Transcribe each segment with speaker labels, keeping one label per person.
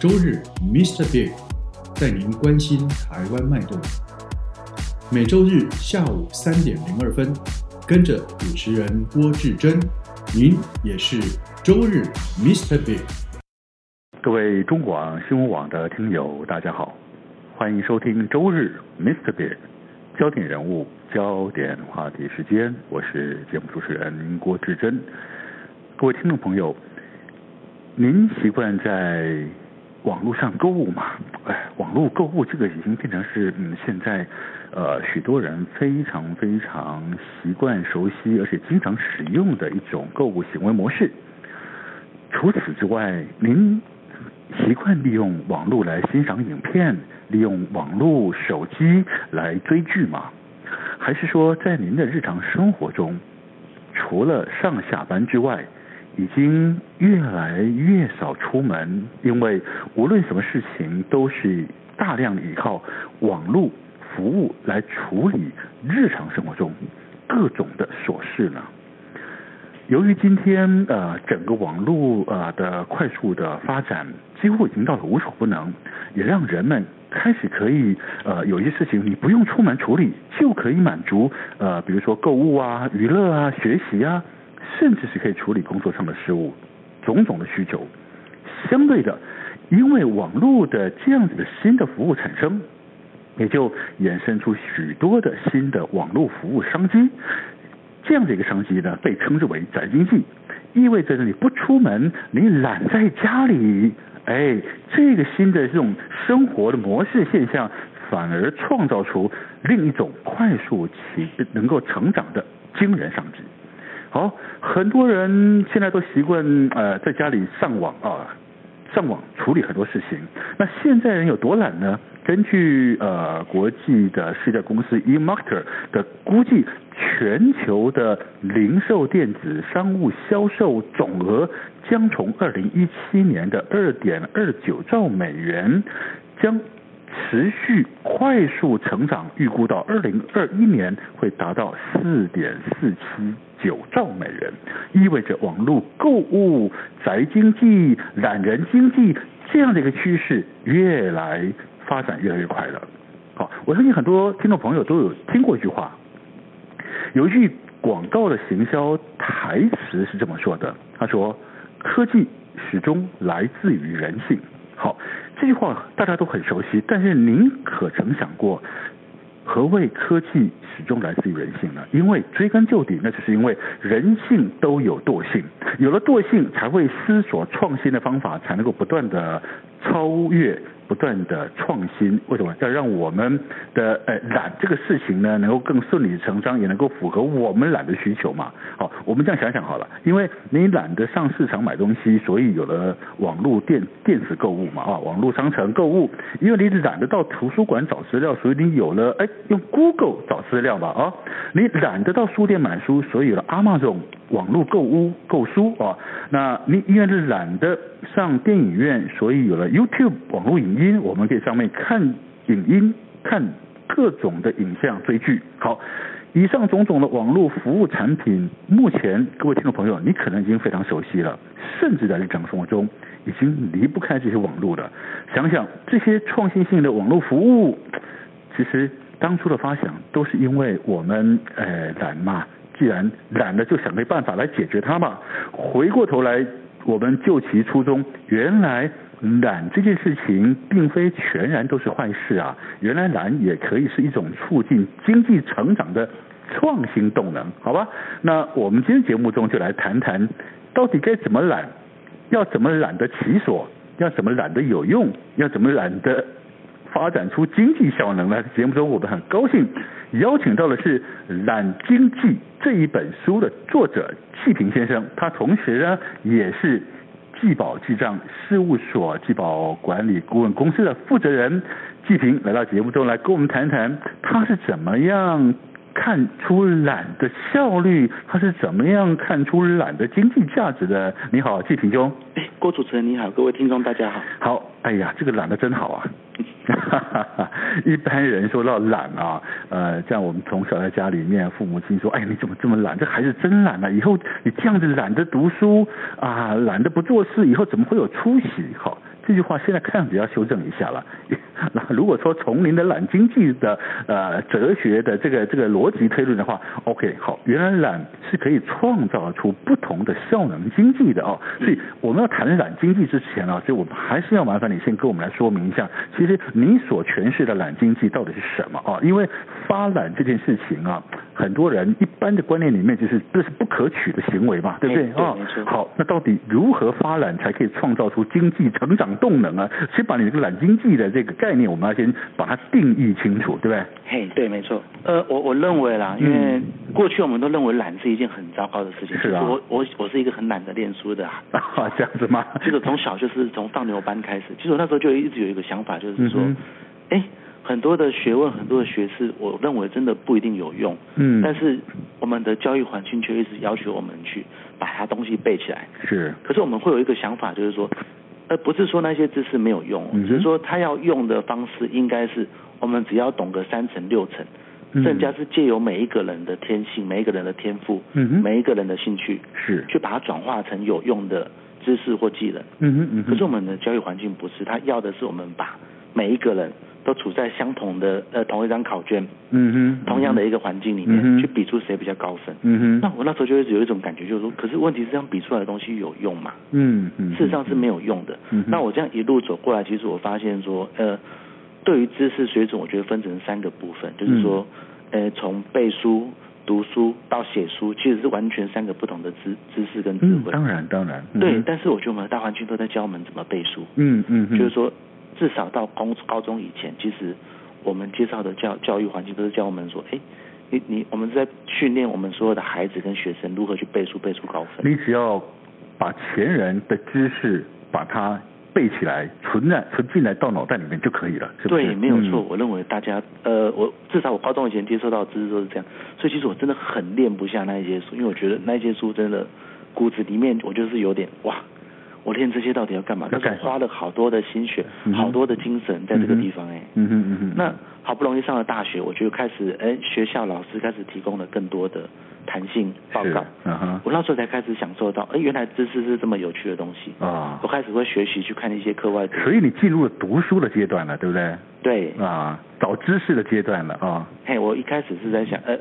Speaker 1: 周日 Mr. Big 带您关心台湾脉动。每周日下午三点零二分，跟着主持人郭志珍，您也是周日 Mr. Big。
Speaker 2: 各位中广新闻网的听友，大家好，欢迎收听周日 Mr. Big 焦点人物、焦点话题时间，我是节目主持人郭志珍。各位听众朋友，您习惯在网络上购物嘛？哎，网络购物这个已经变成是嗯，现在呃许多人非常非常习惯、熟悉，而且经常使用的一种购物行为模式。除此之外，您习惯利用网络来欣赏影片，利用网络手机来追剧吗？还是说，在您的日常生活中，除了上下班之外，已经越来越少出门，因为无论什么事情都是大量依靠网络服务来处理日常生活中各种的琐事呢。由于今天呃整个网络呃的快速的发展，几乎已经到了无所不能，也让人们开始可以呃有一些事情你不用出门处理就可以满足呃比如说购物啊、娱乐啊、学习啊，甚至是可以处理工作上的事务，种种的需求。相对的，因为网络的这样子的新的服务产生，也就衍生出许多的新的网络服务商机。这样的一个商机呢，被称之为宅经济，意味着你不出门，你懒在家里，哎，这个新的这种生活的模式现象，反而创造出另一种快速其能够成长的惊人商机。好，很多人现在都习惯呃在家里上网啊。上网处理很多事情。那现在人有多懒呢？根据呃国际的世界公司 eMarketer 的估计，全球的零售电子商务销售总额将从二零一七年的二点二九兆美元，将持续快速成长，预估到二零二一年会达到四点四七九兆美元，意味着网络购物、宅经济、懒人经济这样的一个趋势越来发展越来越快了。好，我相信很多听众朋友都有听过一句话，有一句广告的行销台词是这么说的，他说：“科技始终来自于人性。”好，这句话大家都很熟悉，但是您可曾想过，何谓科技始终来自于人性呢？因为追根究底，那就是因为人性都有惰性，有了惰性才会思索创新的方法，才能够不断的超越，不断的创新。为什么要让我们的呃懒这个事情呢，能够更顺理成章，也能够符合我们懒的需求嘛？好，我们这样想想好了，因为你懒得上市场买东西，所以有了网络电电子购物嘛啊，网络商城购物，因为你懒得到图书馆找资料，所以你有了哎用 Google 找资料嘛啊，你懒得到书店买书，所以有了 Amazon 网络购物购书啊，那你因为是懒得上电影院，所以有了 YouTube 网络影音，我们可以上面看影音看。各种的影像追剧。好，以上种种的网络服务产品，目前各位听众朋友，你可能已经非常熟悉了，甚至在日常生活中已经离不开这些网络了。想想这些创新性的网络服务，其实当初的发想都是因为我们呃懒嘛，既然懒了，就想个办法来解决它嘛。回过头来，我们就其初衷，原来。懒这件事情并非全然都是坏事啊，原来懒也可以是一种促进经济成长的创新动能，好吧？那我们今天节目中就来谈谈，到底该怎么懒，要怎么懒得其所，要怎么懒得有用，要怎么懒得发展出经济效能来。节目中我们很高兴邀请到的是《懒经济》这一本书的作者季平先生，他同时呢也是。季宝记账事务所季宝管理顾问公司的负责人季平来到节目中来跟我们谈谈，他是怎么样看出懒的效率，他是怎么样看出懒的经济价值的。你好，季平兄。
Speaker 3: 哎，郭主持人你好，各位听众大家好。
Speaker 2: 好，哎呀，这个懒得真好啊。 一般人说到懒啊，呃，像我们从小在家里面，父母亲说，哎，你怎么这么懒？这孩子真懒啊！以后你这样子懒得读书啊，懒得不做事，以后怎么会有出息？好，这句话现在看样子要修正一下了。 那如果说从您的懒经济的呃哲学的这个这个逻辑推论的话，OK，好，原来懒是可以创造出不同的效能经济的哦。所以我们要谈懒经济之前啊，所以我们还是要麻烦你先跟我们来说明一下，其实你所诠释的懒经济到底是什么啊？因为发懒这件事情啊，很多人一般的观念里面就是这是不可取的行为嘛，对不对
Speaker 3: 哎对
Speaker 2: 啊
Speaker 3: 没？错
Speaker 2: 好，那到底如何发懒才可以创造出经济成长动能啊？先把你这个懒经济的这个概念，我们要先把它定义清楚，对不对？
Speaker 3: 嘿，对，没错。呃，我我认为
Speaker 2: 嗯
Speaker 3: 啦，因为过去我们都认为懒是一件很糟糕的事情。
Speaker 2: 是啊
Speaker 3: 其实我我我是一个很懒得念书 的、啊。
Speaker 2: 啊，这样子吗？
Speaker 3: 这个从小就是从上牛班开始，其实我那时候就一直有一个想法，就是说
Speaker 2: 嗯，
Speaker 3: 哎、很多的学问，很多的学识，我认为真的不一定有用。
Speaker 2: 嗯，
Speaker 3: 但是我们的教育环境却一直要求我们去把它东西背起来。
Speaker 2: 是
Speaker 3: 可是我们会有一个想法，就是说，呃，不是说那些知识没有用哦，
Speaker 2: 嗯哼
Speaker 3: 只是说他要用的方式应该是我们只要懂个三成六成，
Speaker 2: 嗯
Speaker 3: 更加是借由每一个人的天性、每一个人的天赋、
Speaker 2: 嗯哼
Speaker 3: 每一个人的兴趣，
Speaker 2: 是，
Speaker 3: 去把它转化成有用的知识或技能。
Speaker 2: 嗯哼嗯哼，
Speaker 3: 可是我们的教育环境不是，他要的是我们把每一个人都处在相同的呃同一张考卷、
Speaker 2: 嗯哼，
Speaker 3: 同样的一个环境里面，
Speaker 2: 嗯哼
Speaker 3: 去比出谁比较高分。
Speaker 2: 嗯
Speaker 3: 那
Speaker 2: 哼，
Speaker 3: 我那时候就会有一种感觉，就是说，可是问题是这样比出来的东西有用吗？
Speaker 2: 嗯嗯，
Speaker 3: 事实上是没有用的。
Speaker 2: 嗯哼
Speaker 3: 那我这样一路走过来，其实我发现说，呃，对于知识水准，我觉得分成三个部
Speaker 2: 嗯
Speaker 3: 分，就是说，呃，从背书、读书到写书，其实是完全三个不同的知知识跟智
Speaker 2: 嗯，
Speaker 3: 慧。
Speaker 2: 当然当然，
Speaker 3: 对，但是我觉得我们的大环境都在教我们怎么背书，
Speaker 2: 嗯嗯，
Speaker 3: 就是说，至少到高高中以前，其实我们介绍的教教育环境都是教我们说，哎。你你，我们是在训练我们所有的孩子跟学生如何去背书、背出高分。
Speaker 2: 你只要把前人的知识把它背起来，存在存进来到脑袋里面就可以了，是不是？嗯
Speaker 3: 对，没有错。我认为大家，呃，我至少我高中以前接受到的知识都是这样，所以其实我真的很练不下那一些书，因为我觉得那一些书真的骨子里面我就是有点哇，我练这些到底要干嘛？
Speaker 2: 要
Speaker 3: 但是
Speaker 2: 干什么
Speaker 3: 花了好多的心血
Speaker 2: 嗯，哼
Speaker 3: 好多的精神在这个地方哎、
Speaker 2: 嗯哼嗯哼，
Speaker 3: 那好不容易上了大学，我就开始哎，学校老师开始提供了更多的弹性报告。
Speaker 2: 嗯哼，
Speaker 3: 我那时候才开始享受到，哎，原来知识是这么有趣的东西。
Speaker 2: 啊
Speaker 3: 我，开始会学习去看一些课外读物，
Speaker 2: 所以你进入了读书的阶段了，对不对？
Speaker 3: 对，
Speaker 2: 啊，找知识的阶段了 啊。
Speaker 3: 嘿，我一开始是在想，呃，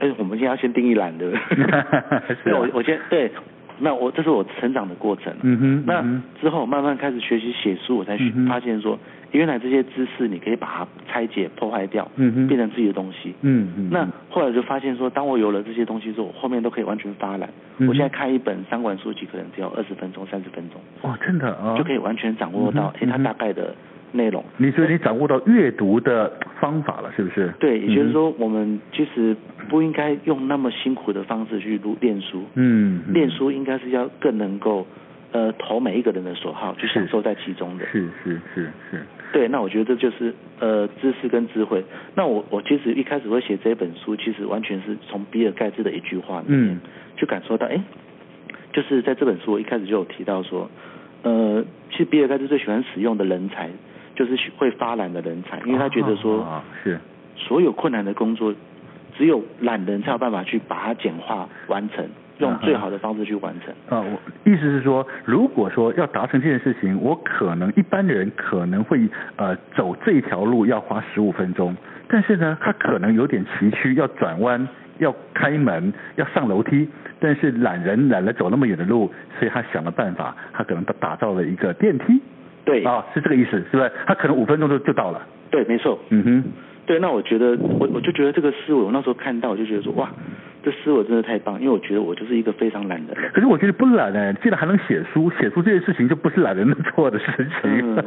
Speaker 3: 哎，我们现在要先定义懒，对不
Speaker 2: 是啊
Speaker 3: 对？对， 我我先对，那我这是我成长的过程啊、
Speaker 2: 嗯哼，
Speaker 3: 那
Speaker 2: 嗯
Speaker 3: 之后慢慢开始学习写书，我才学
Speaker 2: 嗯哼
Speaker 3: 发现说，原来这些知识你可以把它拆解、破坏掉，
Speaker 2: 嗯哼
Speaker 3: 变成自己的东西。
Speaker 2: 嗯嗯，
Speaker 3: 那后来就发现说，当我有了这些东西之后，我后面都可以完全发懒。
Speaker 2: 嗯哼
Speaker 3: 我现在看一本三管书籍，可能只要二十分钟、三十分钟，
Speaker 2: 哦，真的啊，
Speaker 3: 就可以完全掌握到，
Speaker 2: 嗯
Speaker 3: 哎、
Speaker 2: 哼嗯
Speaker 3: 它
Speaker 2: 哼
Speaker 3: 大概的内容。
Speaker 2: 你说你掌握到阅读的方法了，是不是？嗯
Speaker 3: 对，也就是说，我们其实不应该用那么辛苦的方式去读练书，
Speaker 2: 嗯，嗯，
Speaker 3: 练书应该是要更能够呃投每一个人的所好，去
Speaker 2: 是
Speaker 3: 享受在其中的。
Speaker 2: 是是是是，
Speaker 3: 对，那我觉得这就是呃知识跟智慧。那我我其实一开始会写这本书，其实完全是从比尔盖茨的一句话里面、
Speaker 2: 嗯
Speaker 3: 去感受到，哎，就是在这本书我一开始就有提到说，呃，其实比尔盖茨最喜欢使用的人才就是会发懒的人才，因为他觉得说。
Speaker 2: 啊是，
Speaker 3: 所有困难的工作，只有懒人才有办法去把它简化完成，
Speaker 2: 嗯
Speaker 3: 用最好的方式去完成。
Speaker 2: 啊，我意思是说，如果说要达成这件事情，我可能一般的人可能会呃走这条路要花十五分钟，但是呢，他可能有点崎岖，要转弯，要开门，要上楼梯。但是懒人懒得走那么远的路，所以他想了办法，他可能打打造了一个电梯
Speaker 3: 对，
Speaker 2: 啊，是这个意思，是不是？他可能五分钟就就到了。
Speaker 3: 对，没错，
Speaker 2: 嗯哼，
Speaker 3: 对。那我觉得，我我就觉得这个思维，我那时候看到，我就觉得说，哇，这思维真的太棒，因为我觉得我就是一个非常懒的人。
Speaker 2: 可是我觉得不懒哎，既然还能写书，写书这件事情就不是懒人能做的 事情。
Speaker 3: 嗯，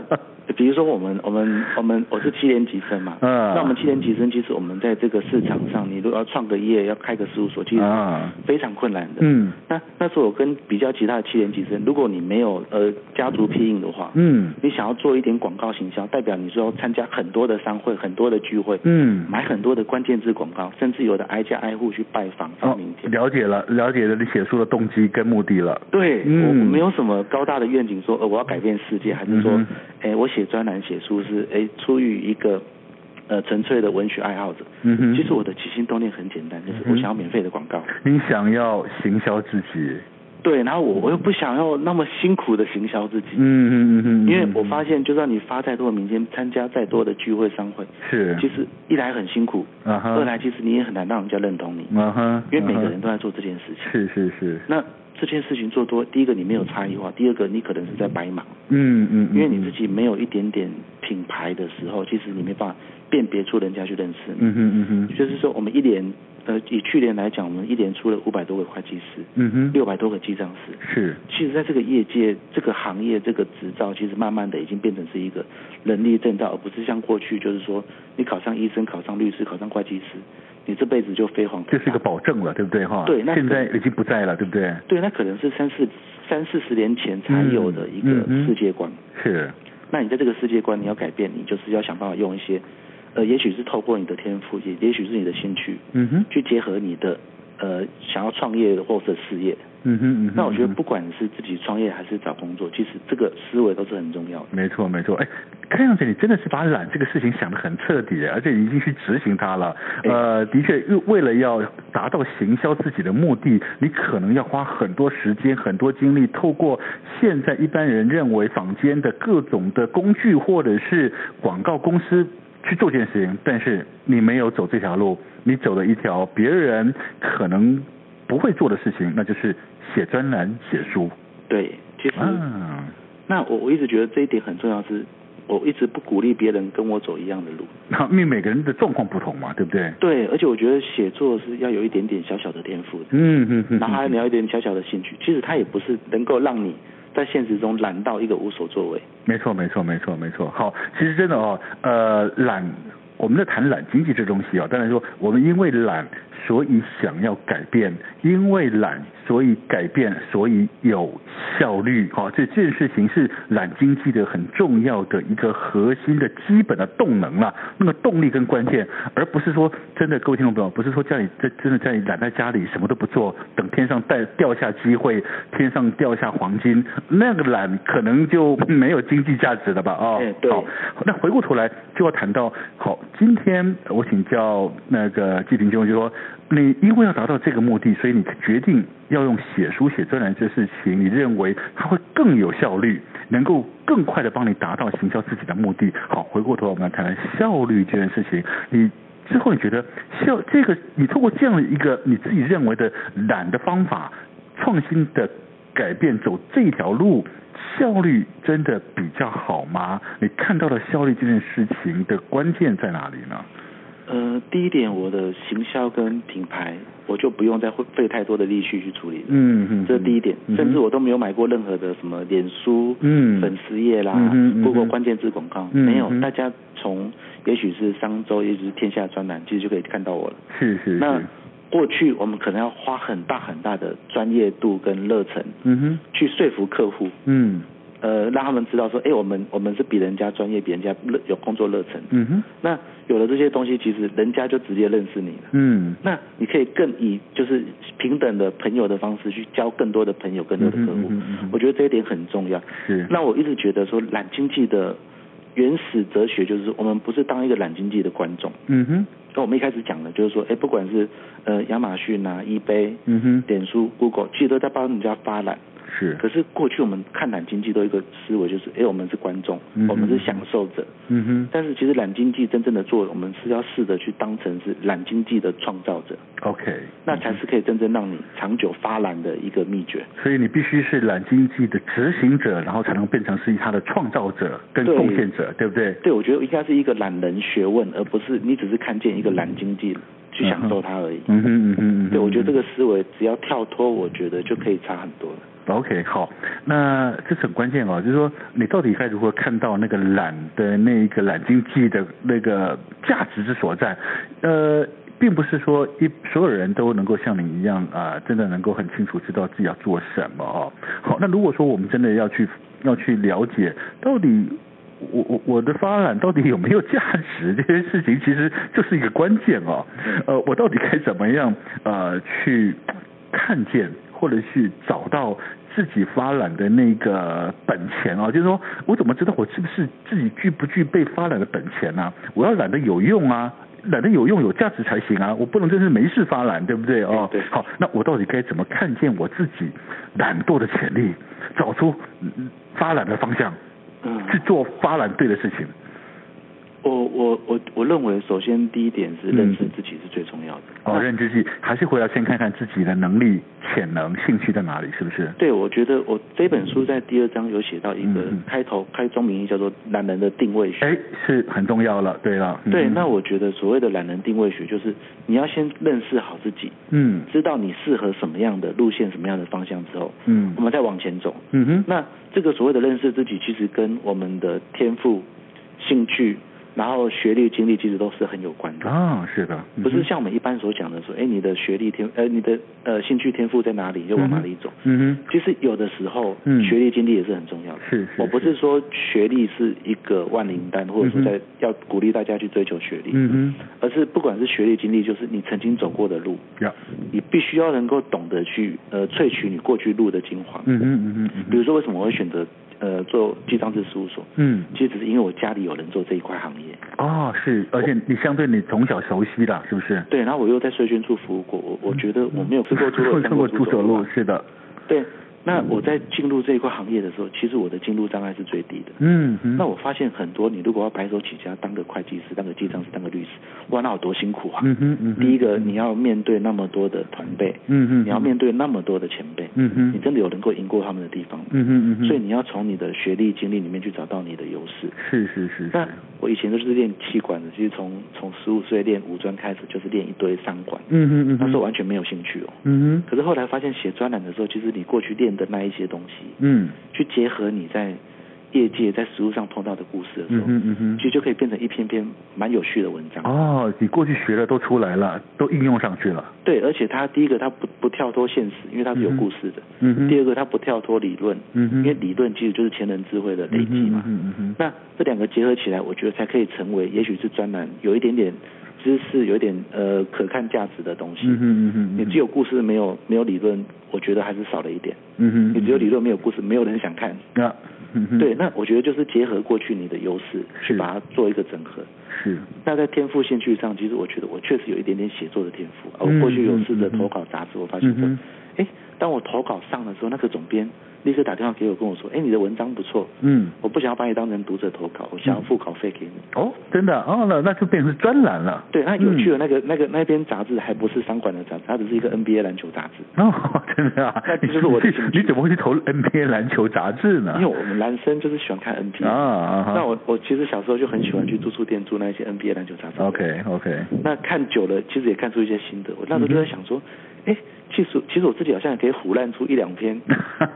Speaker 3: 比如说我们我们我们我是七年级生嘛，
Speaker 2: 嗯
Speaker 3: 那我们七年级生其实我们在这个市场上，你如果要创个业，要开个事务所，其实
Speaker 2: 啊
Speaker 3: 非常困难的。
Speaker 2: 嗯
Speaker 3: 那那时候我跟比较其他的七年级生，如果你没有呃家族庇应的话，
Speaker 2: 嗯
Speaker 3: 你想要做一点广告行销，代表你说要参加很多的商会、很多的聚会，
Speaker 2: 嗯，
Speaker 3: 买很多的关键字广告，甚至有的挨家挨户去拜访发
Speaker 2: 哦
Speaker 3: 明帖。
Speaker 2: 了解了，了解了你写书的动机跟目的了。
Speaker 3: 对，我我
Speaker 2: 嗯
Speaker 3: 没有什么高大的愿景说，呃，我要改变世界，还是说
Speaker 2: 嗯哼，
Speaker 3: 哎、我写专栏、写书是哎出于一个呃纯粹的文学爱好者。
Speaker 2: 嗯哼，
Speaker 3: 其实我的起心动念很简单，就是我
Speaker 2: 嗯哼
Speaker 3: 想要免费的广告。
Speaker 2: 你想要行销自己。
Speaker 3: 对，然后我我又不想要那么辛苦的行销自己，
Speaker 2: 嗯嗯嗯嗯，
Speaker 3: 因为我发现，就算你发再多的民间，参加再多的聚会商会，
Speaker 2: 是
Speaker 3: 其实一来很辛苦，
Speaker 2: 啊哈，
Speaker 3: 二来其实你也很难让人家认同你，
Speaker 2: 啊哈，
Speaker 3: 因为每个
Speaker 2: 啊
Speaker 3: 人都在做这件事
Speaker 2: 哈是
Speaker 3: 情。
Speaker 2: 是是，
Speaker 3: 那这件事情做多，第一个你没有差异化，第二个你可能是在白忙。
Speaker 2: 嗯嗯，嗯
Speaker 3: 因为你自，己没有一点点品牌的时候，其实你没办法辨别出人家去认识你。
Speaker 2: 嗯哼嗯哼，
Speaker 3: 就是说，我们一连呃，以去年来讲，我们一连出了五百多个会计师，
Speaker 2: 嗯哼，
Speaker 3: 六百多个记账师。
Speaker 2: 是，
Speaker 3: 其实，在这个业界、这个行业、这个执照，其实慢慢的已经变成是一个能力证照，而不是像过去就是说，你考上医生、考上律师、考上会计师，你这辈子就飞黄腾达。
Speaker 2: 这是一个保证了，对不对哈？
Speaker 3: 对那
Speaker 2: 现在已经不在了，对不对？
Speaker 3: 对，那可能是三四三四十年前才有的一
Speaker 2: 嗯
Speaker 3: 个
Speaker 2: 嗯嗯
Speaker 3: 世界观。
Speaker 2: 是，
Speaker 3: 那你在这个世界观你要改变，你就是要想办法用一些，呃，也许是透过你的天赋，也也许是你的兴趣，
Speaker 2: 嗯哼，
Speaker 3: 去结合你的呃想要创业或者事业。
Speaker 2: 嗯哼嗯哼，
Speaker 3: 那我觉得
Speaker 2: 嗯哼
Speaker 3: 不管是自己创业还是找工作，其实这个思维都是很重要的。
Speaker 2: 没错，没错。哎，看样子你真的是把懒这个事情想得很彻底，而且已经去执行它了。
Speaker 3: 哎
Speaker 2: 呃，的确，为为了要达到行销自己的目的，你可能要花很多时间、很多精力，透过现在一般人认为坊间的各种的工具或者是广告公司去做这件事情，但是你没有走这条路，你走了一条别人可能不会做的事情，那就是写专栏、写书。
Speaker 3: 对，其实、
Speaker 2: 啊，
Speaker 3: 那我我一直觉得这一点很重要是，我一直不鼓励别人跟我走一样的路。
Speaker 2: 那因为每个人的状况不同嘛，对不对？
Speaker 3: 对，而且我觉得写作是要有一点点小小的天赋的。
Speaker 2: 嗯嗯嗯，
Speaker 3: 然后还聊一点小小的兴趣，其实它也不是能够让你在现实中懒到一个无所作为。
Speaker 2: 没错没错没错没错。好，其实真的哦，呃，懒，我们在谈懒经济这东西啊、当然说我们因为懒，所以想要改变，因为懒，所以改变，所以有效率。好、这这件事情是懒经济的很重要的一个核心的基本的动能啦、那个动力跟关键，而不是说真的各位听众朋友，不是说家里真真的家里懒在家里什么都不做，等天上带掉下机会，天上掉下黄金，那个懒可能就没有经济价值了吧？啊、
Speaker 3: 哎对
Speaker 2: 好，那回过头来就要谈到，好，今天我请教那个季平兄，就说你因为要达到这个目的，所以你决定要用写书、写专栏这事情，你认为它会更有效率，能够更快的帮你达到行销自己的目的。好，回过头来我们来谈谈效率这件事情，你。之后你觉得效这个，你透过这样的一个你自己认为的懒的方法，创新的改变走这条路，效率真的比较好吗？你看到了效率这件事情的关键在哪里呢？
Speaker 3: 呃，第一点，我的行销跟品牌，我就不用再费费太多的力气去处理了。
Speaker 2: 嗯嗯，
Speaker 3: 这是第一点，
Speaker 2: 嗯哼
Speaker 3: 甚至我都没有买过任何的什么脸书、
Speaker 2: 嗯
Speaker 3: 粉丝页啦
Speaker 2: 嗯哼嗯哼，
Speaker 3: 包括关键字广告，
Speaker 2: 嗯
Speaker 3: 没有
Speaker 2: 嗯。
Speaker 3: 大家从也许是商周，也许是天下专栏，其实就可以看到我了。
Speaker 2: 是是
Speaker 3: 那
Speaker 2: 是，
Speaker 3: 过去我们可能要花很大很大的专业度跟热忱
Speaker 2: 嗯哼，
Speaker 3: 去说服客户，
Speaker 2: 嗯
Speaker 3: 呃，让他们知道说，哎、我们我们是比人家专业，比人家热有工作热忱。
Speaker 2: 嗯哼，
Speaker 3: 那有了这些东西，其实人家就直接认识你了。
Speaker 2: 嗯，
Speaker 3: 那你可以更以就是平等的朋友的方式去交更多的朋友、更多的客户
Speaker 2: 嗯哼嗯哼嗯哼。
Speaker 3: 我觉得这一点很重要。
Speaker 2: 是，
Speaker 3: 那我一直觉得说，懒经济的原始哲学就是我们不是当一个懒经济的观众。
Speaker 2: 嗯哼，
Speaker 3: 那我们一开始讲的就是说，哎、不管是呃亚马逊啊、eBay、
Speaker 2: 嗯哼，
Speaker 3: 脸书、Google，其实都在帮人家发懒。
Speaker 2: 是，
Speaker 3: 可是过去我们看懒经济都有一个思维，就是哎、诶我们是观众
Speaker 2: 嗯，
Speaker 3: 我们是享受者。
Speaker 2: 嗯哼。
Speaker 3: 但是其实懒经济真正的做，我们是要试着去当成是懒经济的创造者，
Speaker 2: OK，
Speaker 3: 那才是可以真正让你长久发懒的一个秘诀。
Speaker 2: 所以你必须是懒经济的执行者，然后才能变成是它的创造者跟
Speaker 3: 对
Speaker 2: 贡献者，对不对？
Speaker 3: 对，我觉得应该是一个懒人学问，而不是你只是看见一个懒经济去享受它而已。
Speaker 2: 嗯哼嗯哼嗯哼，
Speaker 3: 对，我觉得这个思维只要跳脱，我觉得就可以差很多了。
Speaker 2: OK，好，那这是很关键哦，就是说你到底该如何看到那个懒的那一个懒经济的那个价值之所在？呃，并不是说一所有人都能够像你一样啊、真的能够很清楚知道自己要做什么哦。好，那如果说我们真的要去要去了解到底。我我我的发展到底有没有价值？这件事情其实就是一个关键哦。呃，我到底该怎么样呃去看见或者去找到自己发展的那个本钱啊，就是说我怎么知道我是不是自己具不具备发展的本钱呢、我要懒得有用啊。懒得有用、有价值才行啊！我不能真是没事发懒，对不对哦？
Speaker 3: 对对
Speaker 2: 好，那我到底该怎么看见我自己懒惰的潜力，找出嗯发懒的方向，
Speaker 3: 嗯
Speaker 2: 去做发懒对的事情？
Speaker 3: 我我我我认为，首先第一点是认识自己是最重要的。
Speaker 2: 哦，
Speaker 3: 那
Speaker 2: 认知系还是回来先看看自己的能力、潜能、兴趣在哪里，是不是？
Speaker 3: 对，我觉得我这本书在第二章有写到一个
Speaker 2: 嗯嗯
Speaker 3: 开头开宗明义叫做“男人的定位学”。
Speaker 2: 哎，是很重要了。对了，嗯
Speaker 3: 对，那我觉得所谓的懒人定位学，就是你要先认识好自己，
Speaker 2: 嗯
Speaker 3: 知道你适合什么样的路线、什么样的方向之后，
Speaker 2: 嗯
Speaker 3: 我们再往前走。
Speaker 2: 嗯哼，
Speaker 3: 那这个所谓的认识自己，其实跟我们的天赋、兴趣，然后学历、经历，其实都是很有关的。
Speaker 2: 啊，是的，嗯哼
Speaker 3: 不是像我们一般所讲的说，哎，你的学历天，呃，你的呃兴趣天赋在哪里，就往哪里走。
Speaker 2: 嗯
Speaker 3: 其实有的时候，
Speaker 2: 嗯
Speaker 3: 学历经历也是很重要的。
Speaker 2: 是是
Speaker 3: 我不是说学历是一个万灵丹，或者说
Speaker 2: 嗯哼
Speaker 3: 在要鼓励大家去追求学历，
Speaker 2: 哼，嗯
Speaker 3: 而是不管是学历经历，就是你曾经走过的路，
Speaker 2: 哼，呀，
Speaker 3: 你必须要能够懂得去呃萃取你过去路的精华。
Speaker 2: 嗯哼嗯哼嗯
Speaker 3: 比
Speaker 2: 哼
Speaker 3: 如说，为什么我会选择呃做记账制事务所？
Speaker 2: 嗯。
Speaker 3: 其实只是因为我家里有人做这一块行业，
Speaker 2: 哦，是，而且你相对你从小熟悉的，是不是？
Speaker 3: 对，然后我又在税捐处服务过，我我觉得我没有吃过 猪肉，
Speaker 2: 会
Speaker 3: 也看
Speaker 2: 看过
Speaker 3: 猪
Speaker 2: 猪手
Speaker 3: 肉
Speaker 2: 路，，是的，
Speaker 3: 对。
Speaker 2: 嗯
Speaker 3: 那我在进入这一块行业的时候，其实我的进入障碍是最低的。
Speaker 2: 嗯，嗯
Speaker 3: 那我发现很多，你如果要白手起家，当个会计师、当个记账师、当个律师，哇，那有多辛苦啊！
Speaker 2: 嗯哼嗯哼
Speaker 3: 第一个，你要面对那么多的团队，
Speaker 2: 嗯哼
Speaker 3: 你要面对那么多的前辈，
Speaker 2: 嗯哼
Speaker 3: 你真的有能够赢过他们的地方吗？
Speaker 2: 嗯哼嗯哼，
Speaker 3: 所以你要从你的学历、经历里面去找到你的优势。
Speaker 2: 是是是
Speaker 3: 那
Speaker 2: 是，
Speaker 3: 我以前都是练气管的，其实从从十五岁练五专开始，就是练一堆商管，
Speaker 2: 嗯哼嗯哼，
Speaker 3: 那时候完全没有兴趣哦。
Speaker 2: 嗯哼
Speaker 3: 可是后来发现写专栏的时候，其实你过去练的那一些东西，
Speaker 2: 嗯
Speaker 3: 去结合你在业界在实务上碰到的故事的时
Speaker 2: 嗯
Speaker 3: 候，
Speaker 2: 哼嗯哼
Speaker 3: 其，实就可以变成一篇篇蛮有趣的文章。
Speaker 2: 哦，你过去学的都出来了，都应用上去了，
Speaker 3: 对，而且它第一个它不不跳脱现实，因为它是有故事的；
Speaker 2: 嗯哼，
Speaker 3: 第二个它不跳脱理论，
Speaker 2: 嗯哼
Speaker 3: 因为理论其实就是前人智慧的累
Speaker 2: 嗯
Speaker 3: 积
Speaker 2: 哼
Speaker 3: 嘛。
Speaker 2: 嗯哼嗯哼，
Speaker 3: 那这两个结合起来，我觉得才可以成为，也许是专栏有一点点知识，有一点呃可看价值的东西。
Speaker 2: 嗯哼嗯哼，
Speaker 3: 你只有故事没有没有理论，我觉得还是少了一点。
Speaker 2: 嗯哼，
Speaker 3: 你只有理论没有故事，没有人想看。
Speaker 2: 那，嗯哼，
Speaker 3: 对，，那我觉得就是结合过去你的优势，
Speaker 2: 是
Speaker 3: 去把它做一个整合。
Speaker 2: 是，
Speaker 3: 那在天赋兴趣上，其实我觉得我确实有一点点写作的天赋。啊
Speaker 2: 嗯
Speaker 3: 我过去有试着
Speaker 2: 嗯嗯
Speaker 3: 投稿杂志，我发现
Speaker 2: 嗯
Speaker 3: 说
Speaker 2: 哼，，
Speaker 3: 哎，当我投稿上的时候，那个总编立刻打电话给我跟我说，哎，你的文章不错，
Speaker 2: 嗯，
Speaker 3: 我不想要把你当成读者投稿，我想要付稿费给你。
Speaker 2: 哦，真的，哦，那那就变成是专栏了，
Speaker 3: 对，那有趣的那
Speaker 2: 嗯
Speaker 3: 个、那个那篇杂志还不是商管的杂志，它只是一个 NBA 篮球杂志。
Speaker 2: 哦，真的啊，
Speaker 3: 那这就是我的兴趣
Speaker 2: 你 怎么会去投 NBA 篮球杂志呢？
Speaker 3: 因为我们男生就是喜欢看 NBA，、
Speaker 2: 啊啊哈
Speaker 3: 那我我其实小时候就很喜欢去住宿店住那些 NBA 篮球杂志。
Speaker 2: OK OK，
Speaker 3: 那看久了，其实也看出一些心得。我
Speaker 2: 嗯
Speaker 3: 那时候就在想说，哎、其实其实我自己好像也可以胡乱出一两篇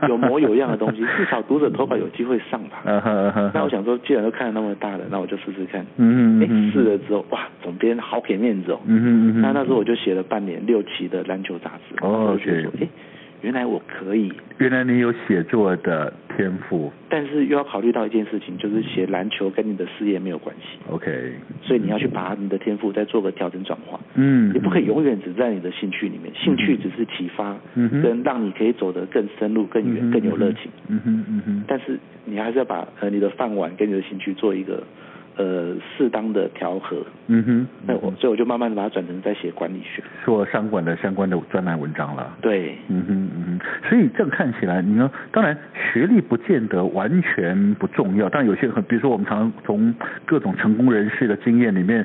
Speaker 3: 有模有样的东 西，至少读者投稿有机会上吧。
Speaker 2: 嗯哼嗯哼，
Speaker 3: 那我想说，既然都看得那么大了，那我就试试看。
Speaker 2: 嗯
Speaker 3: 哎、
Speaker 2: 嗯
Speaker 3: 试了之后，哇，总编好给面子哦。
Speaker 2: 嗯哼嗯哼，
Speaker 3: 那那时候我就写了半年六期的篮球杂志，然
Speaker 2: 哦
Speaker 3: 后我就觉得
Speaker 2: OK
Speaker 3: 说，哎、原来我可以，
Speaker 2: 原来你有写作的天赋
Speaker 3: 但是又要考虑到一件事情，就是写篮球跟你的事业没有关系，
Speaker 2: ，OK，
Speaker 3: 所以你要去把你的天赋再做个调整转化。
Speaker 2: 嗯，
Speaker 3: 你不可以永远只在你的兴趣里面，兴趣只是启发，
Speaker 2: 嗯哼
Speaker 3: 跟让你可以走得更深入、更远、更有热情。，
Speaker 2: 嗯哼嗯哼，
Speaker 3: 但是你还是要把呃你的饭碗跟你的兴趣做一个呃适当的调和。
Speaker 2: 嗯哼，
Speaker 3: 那我所以我就慢慢地把它转成在写管理学。
Speaker 2: 做商管的相关的专栏文章了。
Speaker 3: 对，
Speaker 2: 嗯哼嗯哼，所以这样看起来，你呢？当然，学历不见得完全不重要，但有些很，比如说我们常常从各种成功人士的经验里面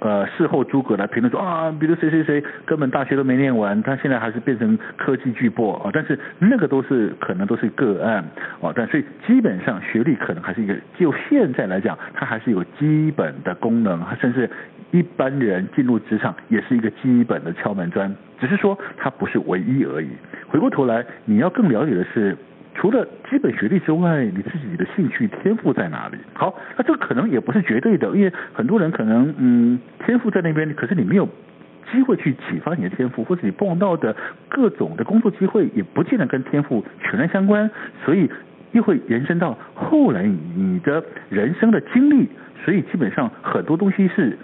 Speaker 2: 呃事后诸葛来评论说啊，比如谁谁谁根本大学都没念完，他现在还是变成科技巨擘啊，但是那个都是可能都是个案啊，但所以基本上学历可能还是一个，就现在来讲，它还是有基本的功能，甚至一般人进入职场也是一个基本的敲门砖，只是说它不是唯一而已。回过头来，你要更了解的是。除了基本学历之外，你自己的兴趣天赋在哪里？好，那这可能也不是绝对的，因为很多人可能嗯天赋在那边，可是你没有机会去启发你的天赋，或者你碰到的各种的工作机会也不见得跟天赋全然相关，所以又会延伸到后来你的人生的经历，所以基本上很多东西是。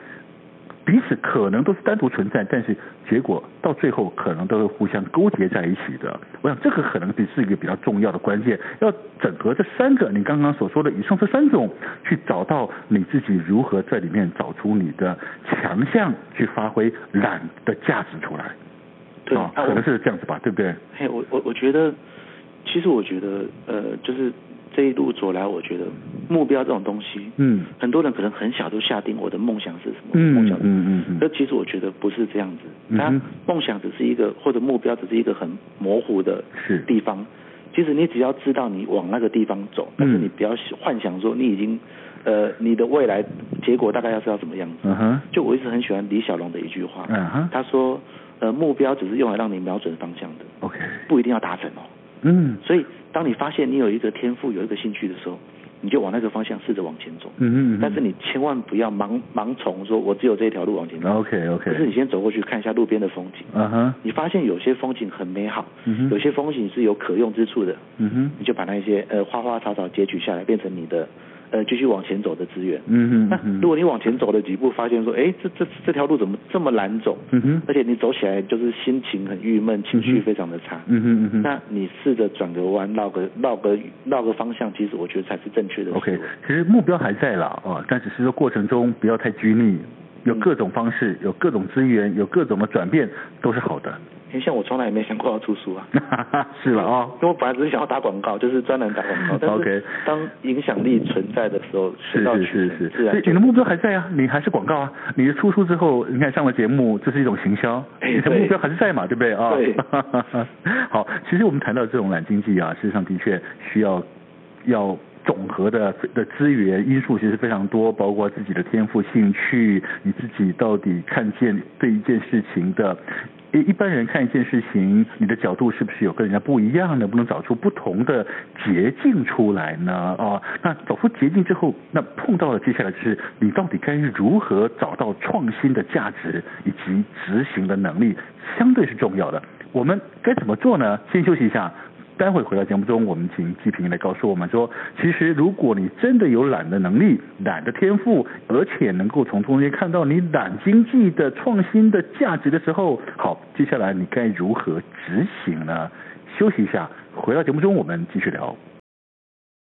Speaker 2: 彼此可能都是单独存在，但是结果到最后可能都会互相勾结在一起的。我想这个可能是一个比较重要的关键，要整合这三个你刚刚所说的以上这三种，去找到你自己如何在里面找出你的强项，去发挥懒的价值出来。
Speaker 3: 对，
Speaker 2: 啊，
Speaker 3: 那
Speaker 2: 可
Speaker 3: 我
Speaker 2: 能是这样子吧，对不对？
Speaker 3: 嘿，我我我觉得，其实我觉得，呃，就是这一路走来，我觉得目标这种东西，
Speaker 2: 嗯
Speaker 3: 很多人可能很小就下定我的梦想是什么，梦
Speaker 2: 嗯
Speaker 3: 想
Speaker 2: 嗯嗯嗯
Speaker 3: 那其实我觉得不是这样子，
Speaker 2: 嗯
Speaker 3: 他
Speaker 2: 哼
Speaker 3: 梦想只是一个或者目标只是一个很模糊的
Speaker 2: 是
Speaker 3: 地方。其实你只要知道你往那个地方走，
Speaker 2: 嗯
Speaker 3: 但是你不要幻想说你已经呃你的未来结果大概要是要怎么样子。
Speaker 2: 嗯哼
Speaker 3: 就我一直很喜欢李小龙的一句话，
Speaker 2: 嗯哼
Speaker 3: 他说呃目标只是用来让你瞄准方向的，
Speaker 2: ，OK，
Speaker 3: 不一定要达成哦。
Speaker 2: 嗯
Speaker 3: 所以当你发现你有一个天赋有一个兴趣的时候，你就往那个方向试着往前走。
Speaker 2: 嗯嗯嗯，
Speaker 3: 但是你千万不要盲盲从说，我只有这条路往前走。
Speaker 2: OK
Speaker 3: 可是
Speaker 2: OK，
Speaker 3: 你先走过去看一下路边的风景，
Speaker 2: 嗯哼
Speaker 3: 你发现有些风景很美好，
Speaker 2: 嗯哼
Speaker 3: 有些风景是有可用之处的，
Speaker 2: 嗯哼
Speaker 3: 你就把那一些呃花花草草截取下来，变成你的呃继续往前走的资源。
Speaker 2: 嗯哼，
Speaker 3: 那
Speaker 2: 嗯
Speaker 3: 如果你往前走了几步，发现说，哎，这这这条路怎么这么难走？
Speaker 2: 嗯哼
Speaker 3: 而且你走起来就是心情很郁闷，情绪非常的差。
Speaker 2: 嗯哼嗯哼。
Speaker 3: 那你试着转个弯，绕个绕个绕个方向，其实我觉得才是正确的思
Speaker 2: OK，
Speaker 3: 维。
Speaker 2: 其实目标还在啦，啊，但只是说过程中不要太拘泥，有各种方式，有各种资源，有各种的转变，都是好的。
Speaker 3: 因为像我从来也没想过要出书啊。
Speaker 2: 是了啊、
Speaker 3: 因为我本来只是想要打广告，就是专栏打 广告。但是
Speaker 2: OK
Speaker 3: 当影响力存在的时候，
Speaker 2: 是
Speaker 3: 水到
Speaker 2: 是
Speaker 3: 渠
Speaker 2: 是
Speaker 3: 成
Speaker 2: 是，
Speaker 3: 自
Speaker 2: 所
Speaker 3: 然
Speaker 2: 以
Speaker 3: 就
Speaker 2: 你的目标还在啊，你还是广告啊，你的出书之后，你看上了节目，这是一种行销，
Speaker 3: 哎
Speaker 2: 你的
Speaker 3: 对
Speaker 2: 目标还是在嘛，对不对啊？
Speaker 3: 对
Speaker 2: 好，其实我们谈到这种懒经济啊，事实上的确需要要。总和的的资源因素其实非常多，包括自己的天赋、兴趣，你自己到底看见对一件事情的一一般人看一件事情，你的角度是不是有跟人家不一样？能不能找出不同的捷径出来呢？哦，那找出捷径之后，那碰到了接下来就是你到底该如何找到创新的价值以及执行的能力，相对是重要的。我们该怎么做呢？先休息一下。待会回到节目中，我们请季平来告诉我们说，其实如果你真的有懒的能力、懒的天赋，而且能够从中间看到你懒经济的创新的价值的时候，好，接下来你该如何执行呢？休息一下，回到节目中我们继续聊。